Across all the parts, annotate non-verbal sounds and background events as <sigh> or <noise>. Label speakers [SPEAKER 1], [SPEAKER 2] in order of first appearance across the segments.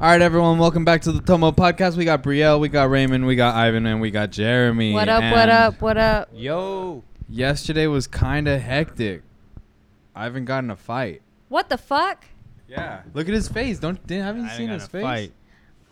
[SPEAKER 1] All right, everyone, welcome back to the Tomo podcast. We got Brielle, we got Raymond, we got Ivan, and we got Jeremy.
[SPEAKER 2] What up, what
[SPEAKER 1] And
[SPEAKER 2] up, what up?
[SPEAKER 3] Yo.
[SPEAKER 1] Yesterday was kind of hectic. Ivan got in a fight.
[SPEAKER 2] What the fuck?
[SPEAKER 3] Yeah.
[SPEAKER 1] Look at his face. Don't didn't- haven't you seen his face?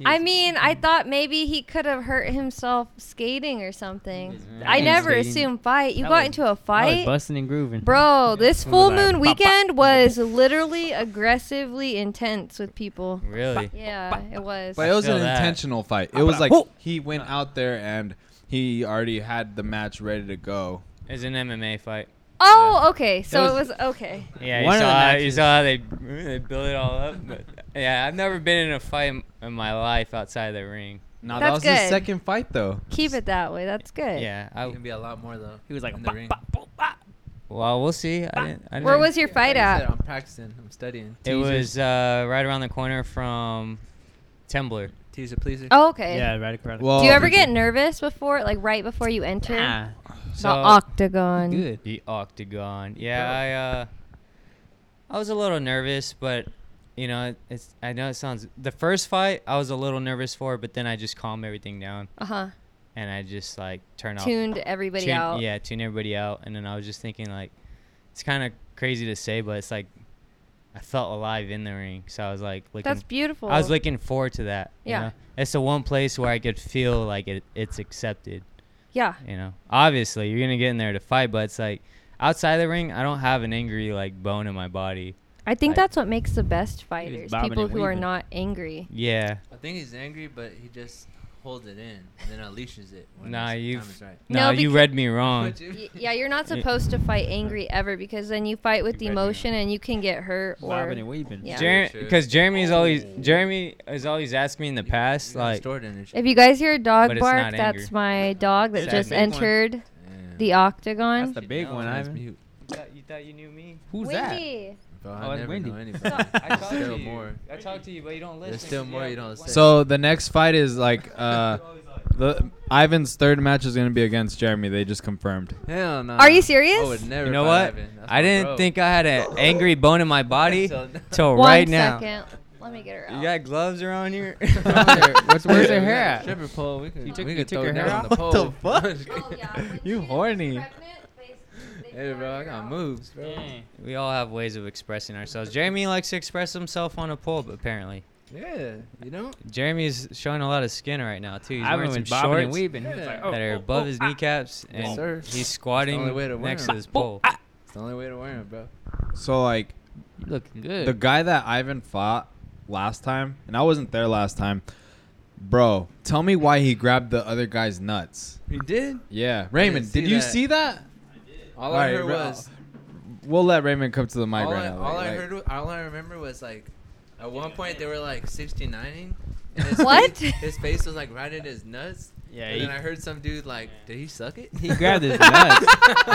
[SPEAKER 2] I mean, I thought maybe he could have hurt himself skating or something.
[SPEAKER 3] That
[SPEAKER 2] I
[SPEAKER 3] was
[SPEAKER 2] never
[SPEAKER 3] skating.
[SPEAKER 2] assumed fight. You
[SPEAKER 3] That
[SPEAKER 2] got
[SPEAKER 3] was-
[SPEAKER 2] into a
[SPEAKER 3] I
[SPEAKER 2] fight?
[SPEAKER 3] was busting and grooving.
[SPEAKER 2] Bro, this
[SPEAKER 3] Ooh,
[SPEAKER 2] full
[SPEAKER 3] like,
[SPEAKER 2] moon
[SPEAKER 3] pop, pop.
[SPEAKER 2] weekend was literally aggressively intense with people.
[SPEAKER 3] Really?
[SPEAKER 2] Yeah, it was.
[SPEAKER 1] But it was
[SPEAKER 3] feel
[SPEAKER 1] an
[SPEAKER 3] that.
[SPEAKER 1] intentional fight. It was like he went out there and he already had the match ready to go.
[SPEAKER 4] It's an MMA fight.
[SPEAKER 2] Oh, okay. So it
[SPEAKER 4] was-
[SPEAKER 2] was okay.
[SPEAKER 4] Yeah,
[SPEAKER 3] One
[SPEAKER 4] you
[SPEAKER 3] of the
[SPEAKER 4] saw, how, you
[SPEAKER 3] matches-
[SPEAKER 4] saw how they, <laughs> they built it all up. But yeah, I've never been in a fight in- in my life outside the ring.
[SPEAKER 1] Now that
[SPEAKER 2] That's
[SPEAKER 1] was his
[SPEAKER 2] good.
[SPEAKER 1] second fight though.
[SPEAKER 2] Keep it that way. That's good.
[SPEAKER 4] Yeah. I,
[SPEAKER 3] be a lot more though. Oh. He was like,
[SPEAKER 5] in the
[SPEAKER 3] "Bop,
[SPEAKER 5] ring."
[SPEAKER 3] bop, bop, bop."
[SPEAKER 4] well, we'll see. I didn't, I didn't,
[SPEAKER 2] Where was your fight
[SPEAKER 5] Like I
[SPEAKER 2] at?
[SPEAKER 5] said, I'm practicing. I'm studying.
[SPEAKER 4] it? was uh, right around the corner from Tumblr.
[SPEAKER 5] teaser pleaser.
[SPEAKER 2] Oh, okay.
[SPEAKER 3] Yeah, right across.
[SPEAKER 1] Well,
[SPEAKER 2] Do you ever get nervous before, like right before you enter
[SPEAKER 3] Nah,
[SPEAKER 2] the
[SPEAKER 4] So,
[SPEAKER 2] octagon?
[SPEAKER 3] good.
[SPEAKER 4] The Octagon. Yeah, I uh, I was a little nervous, but you know, it's I know it sounds the first fight I was a little nervous for, but then I just calmed everything down
[SPEAKER 2] Uh huh.
[SPEAKER 4] and I just like turned off
[SPEAKER 2] Tuned everybody
[SPEAKER 4] tune-
[SPEAKER 2] out.
[SPEAKER 4] Yeah, tune everybody out. And then I was just thinking, like, it's kind of crazy to say, but it's like I felt alive in the ring. So I was like, looking,
[SPEAKER 2] That's beautiful.
[SPEAKER 4] I was looking forward to that. you
[SPEAKER 2] Yeah.
[SPEAKER 4] know? it's the one place where I could feel like it, it's accepted.
[SPEAKER 2] yeah.
[SPEAKER 4] You know, obviously you're gonna get in there to fight, but it's like outside the ring, I don't have an angry like bone in my body.
[SPEAKER 2] I think
[SPEAKER 4] I-
[SPEAKER 2] that's what makes the best fighters
[SPEAKER 3] bobbing
[SPEAKER 2] people
[SPEAKER 3] and
[SPEAKER 2] who are
[SPEAKER 3] weaving.
[SPEAKER 2] not
[SPEAKER 4] <laughs>
[SPEAKER 2] angry.
[SPEAKER 4] Yeah.
[SPEAKER 5] I think he's angry, but he just holds it in and then unleashes it. When
[SPEAKER 4] Nah,
[SPEAKER 5] it's-
[SPEAKER 4] you've-
[SPEAKER 5] time is right.
[SPEAKER 2] No,
[SPEAKER 4] No, you
[SPEAKER 2] becau-
[SPEAKER 4] read me wrong.
[SPEAKER 5] Would you? <laughs>
[SPEAKER 2] Y- yeah, you're not
[SPEAKER 4] Yeah.
[SPEAKER 2] supposed to fight angry ever because then you fight with
[SPEAKER 4] You read me
[SPEAKER 2] emotion and you can get hurt or
[SPEAKER 3] Bobbing and weaving.
[SPEAKER 2] Yeah.
[SPEAKER 4] Jer-
[SPEAKER 5] Very true.
[SPEAKER 4] Cause Jeremy's always
[SPEAKER 5] Oh.
[SPEAKER 4] Jeremy is always asked me in the
[SPEAKER 5] You- you
[SPEAKER 4] past
[SPEAKER 5] got
[SPEAKER 4] like
[SPEAKER 5] stored in it.
[SPEAKER 2] if you guys hear a dog
[SPEAKER 4] But it's
[SPEAKER 2] bark,
[SPEAKER 4] not
[SPEAKER 2] that's
[SPEAKER 4] angry.
[SPEAKER 2] my dog that
[SPEAKER 4] Sad
[SPEAKER 2] just
[SPEAKER 4] big
[SPEAKER 3] one.
[SPEAKER 2] entered
[SPEAKER 5] Damn.
[SPEAKER 2] the
[SPEAKER 3] That's
[SPEAKER 2] octagon.
[SPEAKER 3] the big
[SPEAKER 5] No,
[SPEAKER 3] one,
[SPEAKER 5] that's
[SPEAKER 3] Ivan.
[SPEAKER 5] mute.
[SPEAKER 4] You thought- you thought you knew me?
[SPEAKER 3] Who's that?
[SPEAKER 2] Windy.
[SPEAKER 5] Bro,
[SPEAKER 3] Oh,
[SPEAKER 5] I
[SPEAKER 3] it's
[SPEAKER 5] never
[SPEAKER 3] windy. <laughs>
[SPEAKER 5] know anybody.
[SPEAKER 2] So- I
[SPEAKER 4] I
[SPEAKER 5] There's
[SPEAKER 4] talked
[SPEAKER 2] told
[SPEAKER 5] <laughs> still
[SPEAKER 4] to you.
[SPEAKER 5] more.
[SPEAKER 4] I talked to you, but you don't listen.
[SPEAKER 5] There's still more you don't say.
[SPEAKER 1] So the next fight is like uh the Ivan's third match is going to be against Jeremy. They just confirmed.
[SPEAKER 5] Hell no.
[SPEAKER 2] Are you serious?
[SPEAKER 5] I would never
[SPEAKER 4] you know what?
[SPEAKER 5] fight Ivan. That's
[SPEAKER 4] I
[SPEAKER 5] my
[SPEAKER 4] didn't
[SPEAKER 5] bro.
[SPEAKER 4] think I had an angry bone in my body
[SPEAKER 5] <laughs> So-
[SPEAKER 4] till
[SPEAKER 2] One
[SPEAKER 4] Oh, right now.
[SPEAKER 2] second. Let me get her out.
[SPEAKER 4] You got gloves around
[SPEAKER 5] <laughs>
[SPEAKER 4] here? <laughs>
[SPEAKER 3] What's- where's her hair at?
[SPEAKER 5] Stripper pole. We could,
[SPEAKER 3] You took-
[SPEAKER 5] we
[SPEAKER 3] you
[SPEAKER 5] could
[SPEAKER 3] took
[SPEAKER 5] throw
[SPEAKER 3] her
[SPEAKER 5] it
[SPEAKER 3] hair
[SPEAKER 5] down on
[SPEAKER 3] off? <laughs>
[SPEAKER 5] the pole.
[SPEAKER 3] What
[SPEAKER 5] <laughs>
[SPEAKER 3] the
[SPEAKER 5] I'm just
[SPEAKER 2] Oh, yeah,
[SPEAKER 5] kidding.
[SPEAKER 2] when
[SPEAKER 1] You
[SPEAKER 2] she was
[SPEAKER 1] horny.
[SPEAKER 2] pregnant, they- they
[SPEAKER 5] Hey, bro, I
[SPEAKER 2] farted her
[SPEAKER 5] got
[SPEAKER 2] out.
[SPEAKER 5] moves, bro.
[SPEAKER 4] we all have ways of expressing ourselves. Jeremy likes to express himself on a pulp, apparently.
[SPEAKER 5] Yeah, you know?
[SPEAKER 4] Jeremy's showing a lot of skin right now, too. He's
[SPEAKER 3] Ivan
[SPEAKER 4] wearing
[SPEAKER 3] was
[SPEAKER 4] some
[SPEAKER 3] bobbing and
[SPEAKER 4] shorts
[SPEAKER 3] weaving. He was like,
[SPEAKER 5] Yeah.
[SPEAKER 3] "Oh,
[SPEAKER 4] that are
[SPEAKER 3] oh,
[SPEAKER 4] above
[SPEAKER 3] oh,
[SPEAKER 4] his
[SPEAKER 3] ah."
[SPEAKER 4] kneeccaps,
[SPEAKER 5] Yes,
[SPEAKER 4] and
[SPEAKER 5] sir.
[SPEAKER 4] he's
[SPEAKER 5] only way to
[SPEAKER 4] squatting next
[SPEAKER 5] win. Oh, ah.
[SPEAKER 4] to this pole.
[SPEAKER 5] It's the only way to wear it, bro.
[SPEAKER 1] So like
[SPEAKER 3] You looking good.
[SPEAKER 1] The guy that Ivan fought last time, and I wasn't there last time. Bro, tell me why he grabbed the other guy's nuts.
[SPEAKER 5] He did.
[SPEAKER 1] Yeah, Raymond,
[SPEAKER 5] see
[SPEAKER 1] did you
[SPEAKER 5] that.
[SPEAKER 1] see that?
[SPEAKER 5] All,
[SPEAKER 1] All right,
[SPEAKER 5] I heard
[SPEAKER 1] bro.
[SPEAKER 5] was
[SPEAKER 1] We'll let Raymond come to the mic
[SPEAKER 5] all,
[SPEAKER 1] right
[SPEAKER 5] I,
[SPEAKER 1] now.
[SPEAKER 5] all
[SPEAKER 1] like-
[SPEAKER 5] I
[SPEAKER 1] like-
[SPEAKER 5] heard, wa- all I remember was like, at one point they were like 69ing. and
[SPEAKER 2] <laughs>
[SPEAKER 5] his <laughs>
[SPEAKER 2] What?
[SPEAKER 5] Face, his face was like right in his nuts.
[SPEAKER 3] Yeah,
[SPEAKER 5] And
[SPEAKER 3] he-
[SPEAKER 5] then I heard some dude like, did he suck it?
[SPEAKER 3] He
[SPEAKER 5] <laughs>
[SPEAKER 3] grabbed
[SPEAKER 2] <laughs>
[SPEAKER 3] his nuts.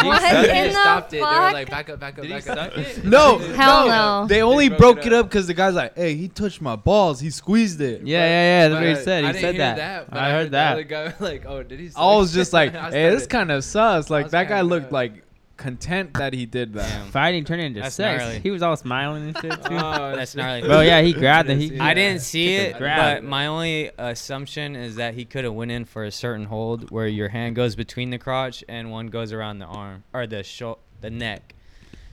[SPEAKER 5] He
[SPEAKER 2] What
[SPEAKER 5] sucked it.
[SPEAKER 2] in
[SPEAKER 5] They
[SPEAKER 2] the
[SPEAKER 5] stopped it. They were
[SPEAKER 2] fuck?
[SPEAKER 5] like, back up, back up,
[SPEAKER 3] Did he
[SPEAKER 5] back up. <laughs>
[SPEAKER 3] suck it?
[SPEAKER 1] No,
[SPEAKER 2] Hell no.
[SPEAKER 1] They only broke, it up because the guy's like, "Hey, he touched my balls. He squeezed it."
[SPEAKER 3] Yeah, yeah, yeah. That's what he
[SPEAKER 5] But
[SPEAKER 3] said.
[SPEAKER 5] I
[SPEAKER 3] He
[SPEAKER 5] didn't
[SPEAKER 3] said
[SPEAKER 5] hear
[SPEAKER 3] that.
[SPEAKER 5] but
[SPEAKER 3] I heard
[SPEAKER 5] the other
[SPEAKER 3] that.
[SPEAKER 5] guy, <laughs> like, oh, did he? Suck?
[SPEAKER 1] I was just like,
[SPEAKER 5] <laughs> I
[SPEAKER 1] "Hey, that's
[SPEAKER 5] started-
[SPEAKER 1] kind of sus." Like
[SPEAKER 5] was
[SPEAKER 1] that guy
[SPEAKER 5] kinda
[SPEAKER 1] looked
[SPEAKER 5] sus.
[SPEAKER 1] like content that he did that.
[SPEAKER 4] Damn.
[SPEAKER 3] Fighting turned into
[SPEAKER 4] That's
[SPEAKER 3] sex.
[SPEAKER 4] gnarly.
[SPEAKER 3] He was all smiling and shit too.
[SPEAKER 5] <laughs> Oh,
[SPEAKER 4] That's gnarly.
[SPEAKER 3] Bro, yeah, he grabbed it. He,
[SPEAKER 4] I didn't see
[SPEAKER 3] Took a
[SPEAKER 4] it,
[SPEAKER 3] grab.
[SPEAKER 4] but
[SPEAKER 3] <laughs>
[SPEAKER 4] my <laughs> only assumption is that he could have went in for a certain hold where your hand goes between the crotch and one goes around the arm or the sho- the neck.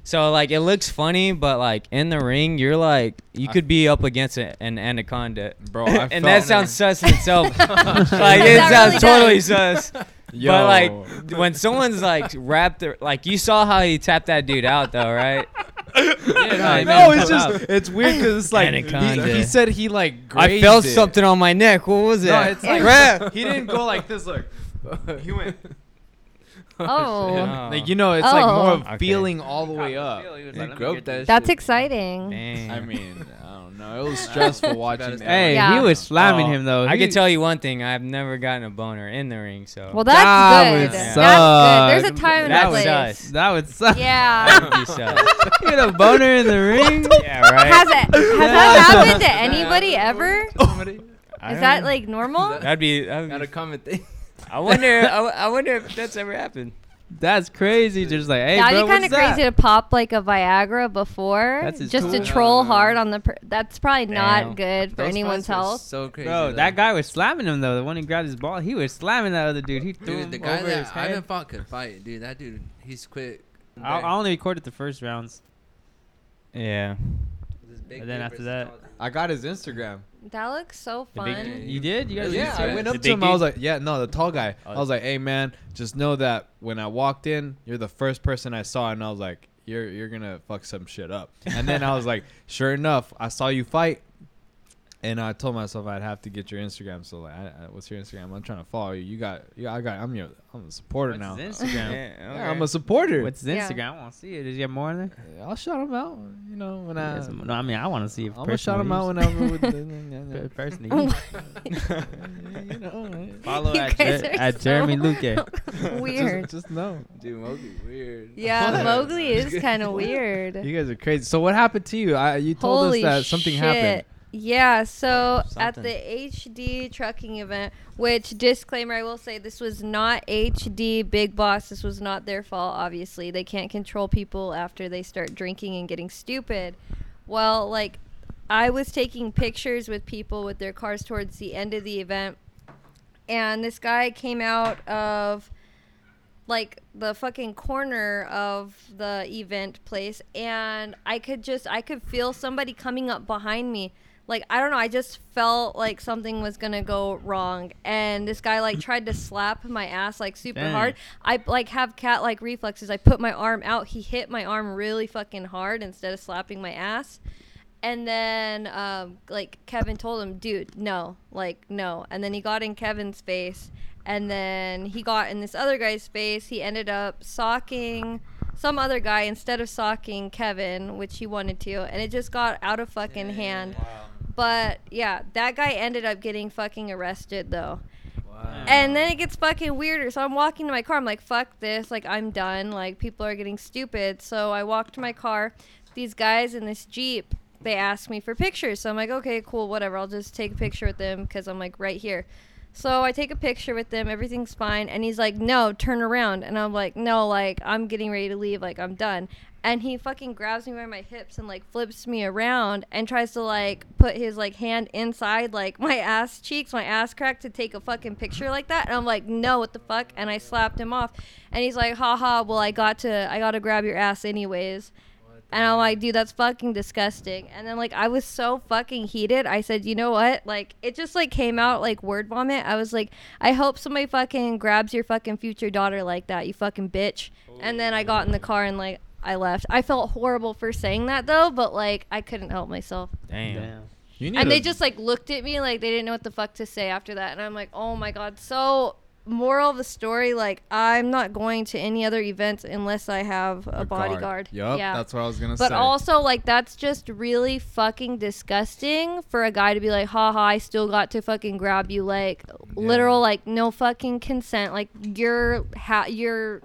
[SPEAKER 4] So like it looks funny, but like in the ring, you're like you
[SPEAKER 1] I-
[SPEAKER 4] could be up against a, an anaconda,
[SPEAKER 5] <laughs>
[SPEAKER 1] Bro, I
[SPEAKER 4] <laughs> and
[SPEAKER 1] felt-
[SPEAKER 4] that sounds sus in itself. like it
[SPEAKER 2] That really
[SPEAKER 4] sounds totally
[SPEAKER 2] does. <laughs>
[SPEAKER 4] sus.
[SPEAKER 1] <laughs> Yo.
[SPEAKER 4] But like when someone's like wrapped, their, like you saw how he tapped that dude out though, right?
[SPEAKER 1] <laughs>
[SPEAKER 3] Yeah,
[SPEAKER 1] no,
[SPEAKER 3] no, he made him
[SPEAKER 1] it's
[SPEAKER 3] pull
[SPEAKER 1] just
[SPEAKER 3] out.
[SPEAKER 1] it's weird because it's like
[SPEAKER 4] Anaconda.
[SPEAKER 1] he, he said he like
[SPEAKER 4] I
[SPEAKER 1] grazed
[SPEAKER 4] felt
[SPEAKER 1] it.
[SPEAKER 4] something on my neck. What was
[SPEAKER 1] No,
[SPEAKER 4] that?
[SPEAKER 1] it's like <laughs>
[SPEAKER 4] Crap.
[SPEAKER 1] he didn't go like this. Look, he went
[SPEAKER 2] <laughs> Oh,
[SPEAKER 4] Yeah.
[SPEAKER 1] like you know, it's like more
[SPEAKER 2] Oh.
[SPEAKER 1] of
[SPEAKER 4] Okay.
[SPEAKER 1] feeling all the way up.
[SPEAKER 5] He groped
[SPEAKER 1] <laughs>
[SPEAKER 5] that.
[SPEAKER 2] that's
[SPEAKER 5] shit.
[SPEAKER 2] exciting.
[SPEAKER 4] Dang.
[SPEAKER 1] I mean, I don't know. It <laughs> was stressful watching. that.
[SPEAKER 3] Hey,
[SPEAKER 2] Yeah.
[SPEAKER 3] he was slamming
[SPEAKER 4] Oh,
[SPEAKER 3] him though.
[SPEAKER 4] I
[SPEAKER 3] he,
[SPEAKER 4] can tell you one thing: I've never gotten a boner in the ring. So <laughs>
[SPEAKER 2] Well, that's
[SPEAKER 3] That
[SPEAKER 2] good.
[SPEAKER 3] would
[SPEAKER 2] That's good. There's a
[SPEAKER 3] suck.
[SPEAKER 2] time and
[SPEAKER 4] That
[SPEAKER 2] a
[SPEAKER 4] would
[SPEAKER 2] place.
[SPEAKER 4] suck.
[SPEAKER 3] <laughs> That would suck.
[SPEAKER 2] Yeah.
[SPEAKER 4] That'd be sus.
[SPEAKER 3] you had a
[SPEAKER 2] <laughs>
[SPEAKER 3] boner in the ring.
[SPEAKER 4] yeah, <laughs> right.
[SPEAKER 2] Has it? Has that happened
[SPEAKER 5] <laughs>
[SPEAKER 2] to anybody ever?
[SPEAKER 5] Somebody
[SPEAKER 4] I
[SPEAKER 2] <laughs> Is
[SPEAKER 4] don't
[SPEAKER 2] that
[SPEAKER 4] know.
[SPEAKER 2] like normal?
[SPEAKER 5] Is
[SPEAKER 4] That'd be. That'd
[SPEAKER 5] got
[SPEAKER 4] be
[SPEAKER 5] a comment thing.
[SPEAKER 2] <laughs>
[SPEAKER 4] I wonder. I, w- I wonder if that's ever happened.
[SPEAKER 3] That's crazy. Just like, hey,
[SPEAKER 2] That'd
[SPEAKER 3] bro,
[SPEAKER 2] be kind
[SPEAKER 3] what's
[SPEAKER 2] of
[SPEAKER 3] that?
[SPEAKER 2] crazy to pop like a Viagra before,
[SPEAKER 3] That's his
[SPEAKER 2] just to
[SPEAKER 3] tool.
[SPEAKER 2] troll
[SPEAKER 5] Yeah.
[SPEAKER 2] hard on the. Per- that's probably
[SPEAKER 4] Damn.
[SPEAKER 2] not good <laughs> for
[SPEAKER 5] Those
[SPEAKER 2] anyone's
[SPEAKER 5] fights were
[SPEAKER 2] health.
[SPEAKER 5] So crazy.
[SPEAKER 3] Bro,
[SPEAKER 5] though.
[SPEAKER 3] that guy was slamming him though. The one who grabbed his ball, he was slamming that other dude. He threw
[SPEAKER 5] Dude,
[SPEAKER 3] him
[SPEAKER 5] the guy
[SPEAKER 3] over his
[SPEAKER 5] that I
[SPEAKER 3] head.
[SPEAKER 5] haven't fought could fight, dude. That dude, he's quick.
[SPEAKER 3] I, I only recorded the first rounds.
[SPEAKER 4] Yeah.
[SPEAKER 5] This big
[SPEAKER 3] and then
[SPEAKER 5] dude
[SPEAKER 3] after
[SPEAKER 5] versus
[SPEAKER 3] that-
[SPEAKER 5] small dude.
[SPEAKER 1] I got his Instagram.
[SPEAKER 2] That looks so
[SPEAKER 4] The big
[SPEAKER 2] <laughs> fun.
[SPEAKER 5] dude.
[SPEAKER 3] You did? You guys?
[SPEAKER 5] Yeah,
[SPEAKER 1] Yeah,
[SPEAKER 5] Is
[SPEAKER 3] were-
[SPEAKER 5] it
[SPEAKER 1] I went
[SPEAKER 4] the
[SPEAKER 1] up
[SPEAKER 4] big
[SPEAKER 1] to him. I was
[SPEAKER 4] dude?
[SPEAKER 1] like, "Yeah, no, the tall guy." I
[SPEAKER 4] Oh.
[SPEAKER 1] was like, "Hey, man, just know that when I walked in, you're the first person I saw, and I was like, you're you're gonna fuck some shit up." And then I was like, "Sure enough, I saw you fight." And I told myself I'd have to get your Instagram. So like, I, I, what's your Instagram? I'm trying to follow you. You got, yeah, I got. I'm your, I'm a supporter
[SPEAKER 3] What's
[SPEAKER 1] now.
[SPEAKER 3] his
[SPEAKER 1] Yeah,
[SPEAKER 3] Instagram?
[SPEAKER 4] Yeah,
[SPEAKER 1] I'm a <laughs>
[SPEAKER 4] okay.
[SPEAKER 1] supporter.
[SPEAKER 3] What's his
[SPEAKER 2] Yeah.
[SPEAKER 3] Instagram? I want to see it. Did you have more in there?
[SPEAKER 1] I'll shout him out. You know when
[SPEAKER 3] Yeah,
[SPEAKER 1] I,
[SPEAKER 3] some- no, I mean, I want to see if
[SPEAKER 1] I'm gonna shout him out
[SPEAKER 3] personal
[SPEAKER 1] whenever. with
[SPEAKER 3] use- <laughs>
[SPEAKER 1] the, <laughs>
[SPEAKER 3] per-
[SPEAKER 2] <laughs>
[SPEAKER 3] personally.
[SPEAKER 1] you know,
[SPEAKER 3] Follow
[SPEAKER 2] You
[SPEAKER 3] at,
[SPEAKER 2] guys
[SPEAKER 3] Jer-
[SPEAKER 2] are
[SPEAKER 3] at Jeremy
[SPEAKER 2] so <laughs>
[SPEAKER 3] Luque.
[SPEAKER 2] weird.
[SPEAKER 1] Just, just know.
[SPEAKER 5] Dude, Mowgli weird.
[SPEAKER 2] yeah,
[SPEAKER 5] <laughs>
[SPEAKER 1] What?
[SPEAKER 2] Mowgli is kind of weird.
[SPEAKER 1] You guys are crazy. So what happened to you? I, you told
[SPEAKER 2] Holy
[SPEAKER 1] us that something happened.
[SPEAKER 2] shit. Yeah, so at
[SPEAKER 4] Something.
[SPEAKER 2] the HD trucking event, which disclaimer, I will say this was not HD Big Boss. This was not their fault, obviously. They can't control people after they start drinking and getting stupid. Well, like, I was taking pictures with people with their cars towards the end of the event, and this guy came out of like the fucking corner of the event place and I could just I could feel somebody coming up behind me. Like I don't know, I just felt like something was going to go wrong and this guy like tried to slap my ass like super
[SPEAKER 3] Dang.
[SPEAKER 2] hard. I like have cat like reflexes. I put my arm out, he hit my arm really fucking hard instead of slapping my ass. And then, um, like Kevin told him, dude, no, like no. And then he got in Kevin's face, and then he got in this other guy's face. He ended up socking some other guy instead of socking Kevin, which he wanted to, and it just got out of fucking hand. But yeah, that guy ended up getting fucking arrested though.
[SPEAKER 5] Wow.
[SPEAKER 2] And then it gets fucking weirder. So I'm walking to my car. I'm like, fuck this. Like, I'm done. Like, people are getting stupid. So I walk to my car. These guys in this Jeep, they ask me for pictures. So I'm like, okay, cool, whatever. I'll just take a picture with them because I'm like right here. So I take a picture with them. Everything's fine. And he's like, no, turn around. And I'm like, no, like, I'm getting ready to leave. Like, I'm done. And he fucking grabs me by my hips and like flips me around and tries to like put his like hand inside like my ass cheeks, my ass crack to take a fucking picture like that. And I'm like, no, what the fuck? And I slapped him off. And he's like, haha, well, I got to, I got to grab your ass anyways. And I'm like, dude, that's fucking disgusting. And then like I was so fucking heated. I said, you know what? Like it just like came out like word vomit. I was like, I hope somebody fucking grabs your fucking future daughter like that, you fucking bitch. And then I got in the car and like I left. I felt horrible for saying that though, but like I couldn't help myself.
[SPEAKER 4] <laughs> Damn.
[SPEAKER 1] You need
[SPEAKER 2] And
[SPEAKER 1] a-
[SPEAKER 2] they just like looked at me like they didn't know what the fuck to say after that. And I'm like, oh my god. So moral of the story, like I'm not going to any other events unless I have a, bodyguard.
[SPEAKER 1] Yup, that's what I was gonna
[SPEAKER 2] But
[SPEAKER 1] say.
[SPEAKER 2] also, like, that's just really fucking disgusting for a guy to be like, haha, I still got to fucking grab you. Like, literal, like, no fucking consent. Like, you're, ha- you're,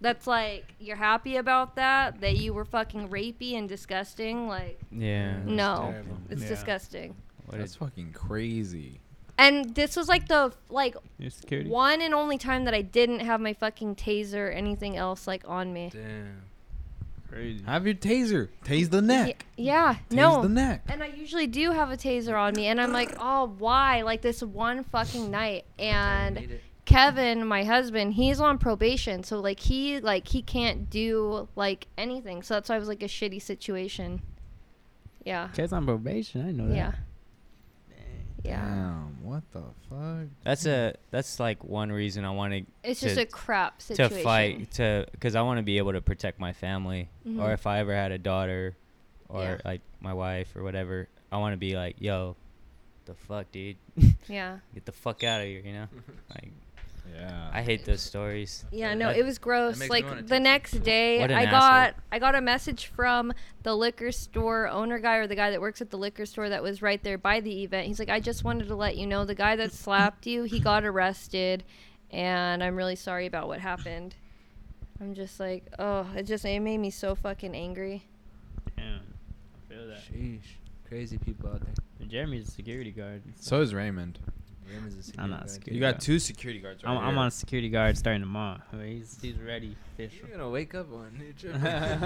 [SPEAKER 2] that's like, you're happy about that, that you were fucking rapey and disgusting. Like,
[SPEAKER 4] Yeah.
[SPEAKER 5] That's
[SPEAKER 2] no,
[SPEAKER 5] terrible.
[SPEAKER 2] it's
[SPEAKER 1] Yeah.
[SPEAKER 2] disgusting.
[SPEAKER 4] What
[SPEAKER 1] that's
[SPEAKER 4] is
[SPEAKER 1] fucking crazy.
[SPEAKER 2] And this was like the, like,
[SPEAKER 3] Your security.
[SPEAKER 2] one and only time that I didn't have my fucking taser or anything else, like, on me.
[SPEAKER 5] Damn.
[SPEAKER 3] Crazy.
[SPEAKER 1] Have your taser. Tase the
[SPEAKER 2] Y-
[SPEAKER 1] neck.
[SPEAKER 2] yeah,
[SPEAKER 1] Tase
[SPEAKER 2] no.
[SPEAKER 1] the neck.
[SPEAKER 2] And I usually do have a taser on me, and I'm like, oh, why? Like this one fucking night,
[SPEAKER 5] Need
[SPEAKER 2] and
[SPEAKER 5] it. <laughs>
[SPEAKER 2] Kevin, my husband, he's on probation, so like he like he can't do like anything. So that's why it was like a shitty situation. Yeah,
[SPEAKER 3] Case on probation. I didn't know that.
[SPEAKER 2] yeah, yeah.
[SPEAKER 1] Damn. What the fuck?
[SPEAKER 4] That's a that's like one reason I want
[SPEAKER 2] It's just
[SPEAKER 4] To-
[SPEAKER 2] a crap
[SPEAKER 4] to
[SPEAKER 2] situation.
[SPEAKER 4] to fight to because I want to be able to protect my family or
[SPEAKER 2] Mhm.
[SPEAKER 4] if I ever had a daughter or
[SPEAKER 2] Yeah.
[SPEAKER 4] like my wife or whatever I want to be like yo the fuck dude
[SPEAKER 2] Yeah,
[SPEAKER 4] <laughs> get the fuck out of here you
[SPEAKER 5] <laughs>
[SPEAKER 4] know like
[SPEAKER 1] Yeah.
[SPEAKER 4] I hate those stories
[SPEAKER 2] yeah. No,
[SPEAKER 4] That-
[SPEAKER 2] it was gross.
[SPEAKER 5] makes me wanna
[SPEAKER 2] Like the
[SPEAKER 5] taser.
[SPEAKER 2] next day,
[SPEAKER 4] What an
[SPEAKER 2] I
[SPEAKER 4] asshole.
[SPEAKER 2] got I got a message from the liquor store owner guy or the guy that works at the liquor store that was right there by the event. He's like, I just wanted to let you know the
[SPEAKER 5] <laughs>
[SPEAKER 2] guy that slapped you, he got arrested, and I'm really sorry about what happened. I'm just like, oh, it just it made me so fucking angry.
[SPEAKER 3] Damn. I feel that.
[SPEAKER 5] Sheesh. Crazy people out there.
[SPEAKER 3] Jeremy's a security guard.
[SPEAKER 1] so is Raymond.
[SPEAKER 5] Liam is a
[SPEAKER 3] I'm not
[SPEAKER 5] guard.
[SPEAKER 3] scared.
[SPEAKER 1] You got two security guards. Right
[SPEAKER 3] I'm, I'm
[SPEAKER 1] here.
[SPEAKER 3] on security guard starting tomorrow. I mean, He's, he's ready.
[SPEAKER 5] You're
[SPEAKER 3] <laughs>
[SPEAKER 5] gonna wake up one. You're tripping. <laughs>
[SPEAKER 3] That's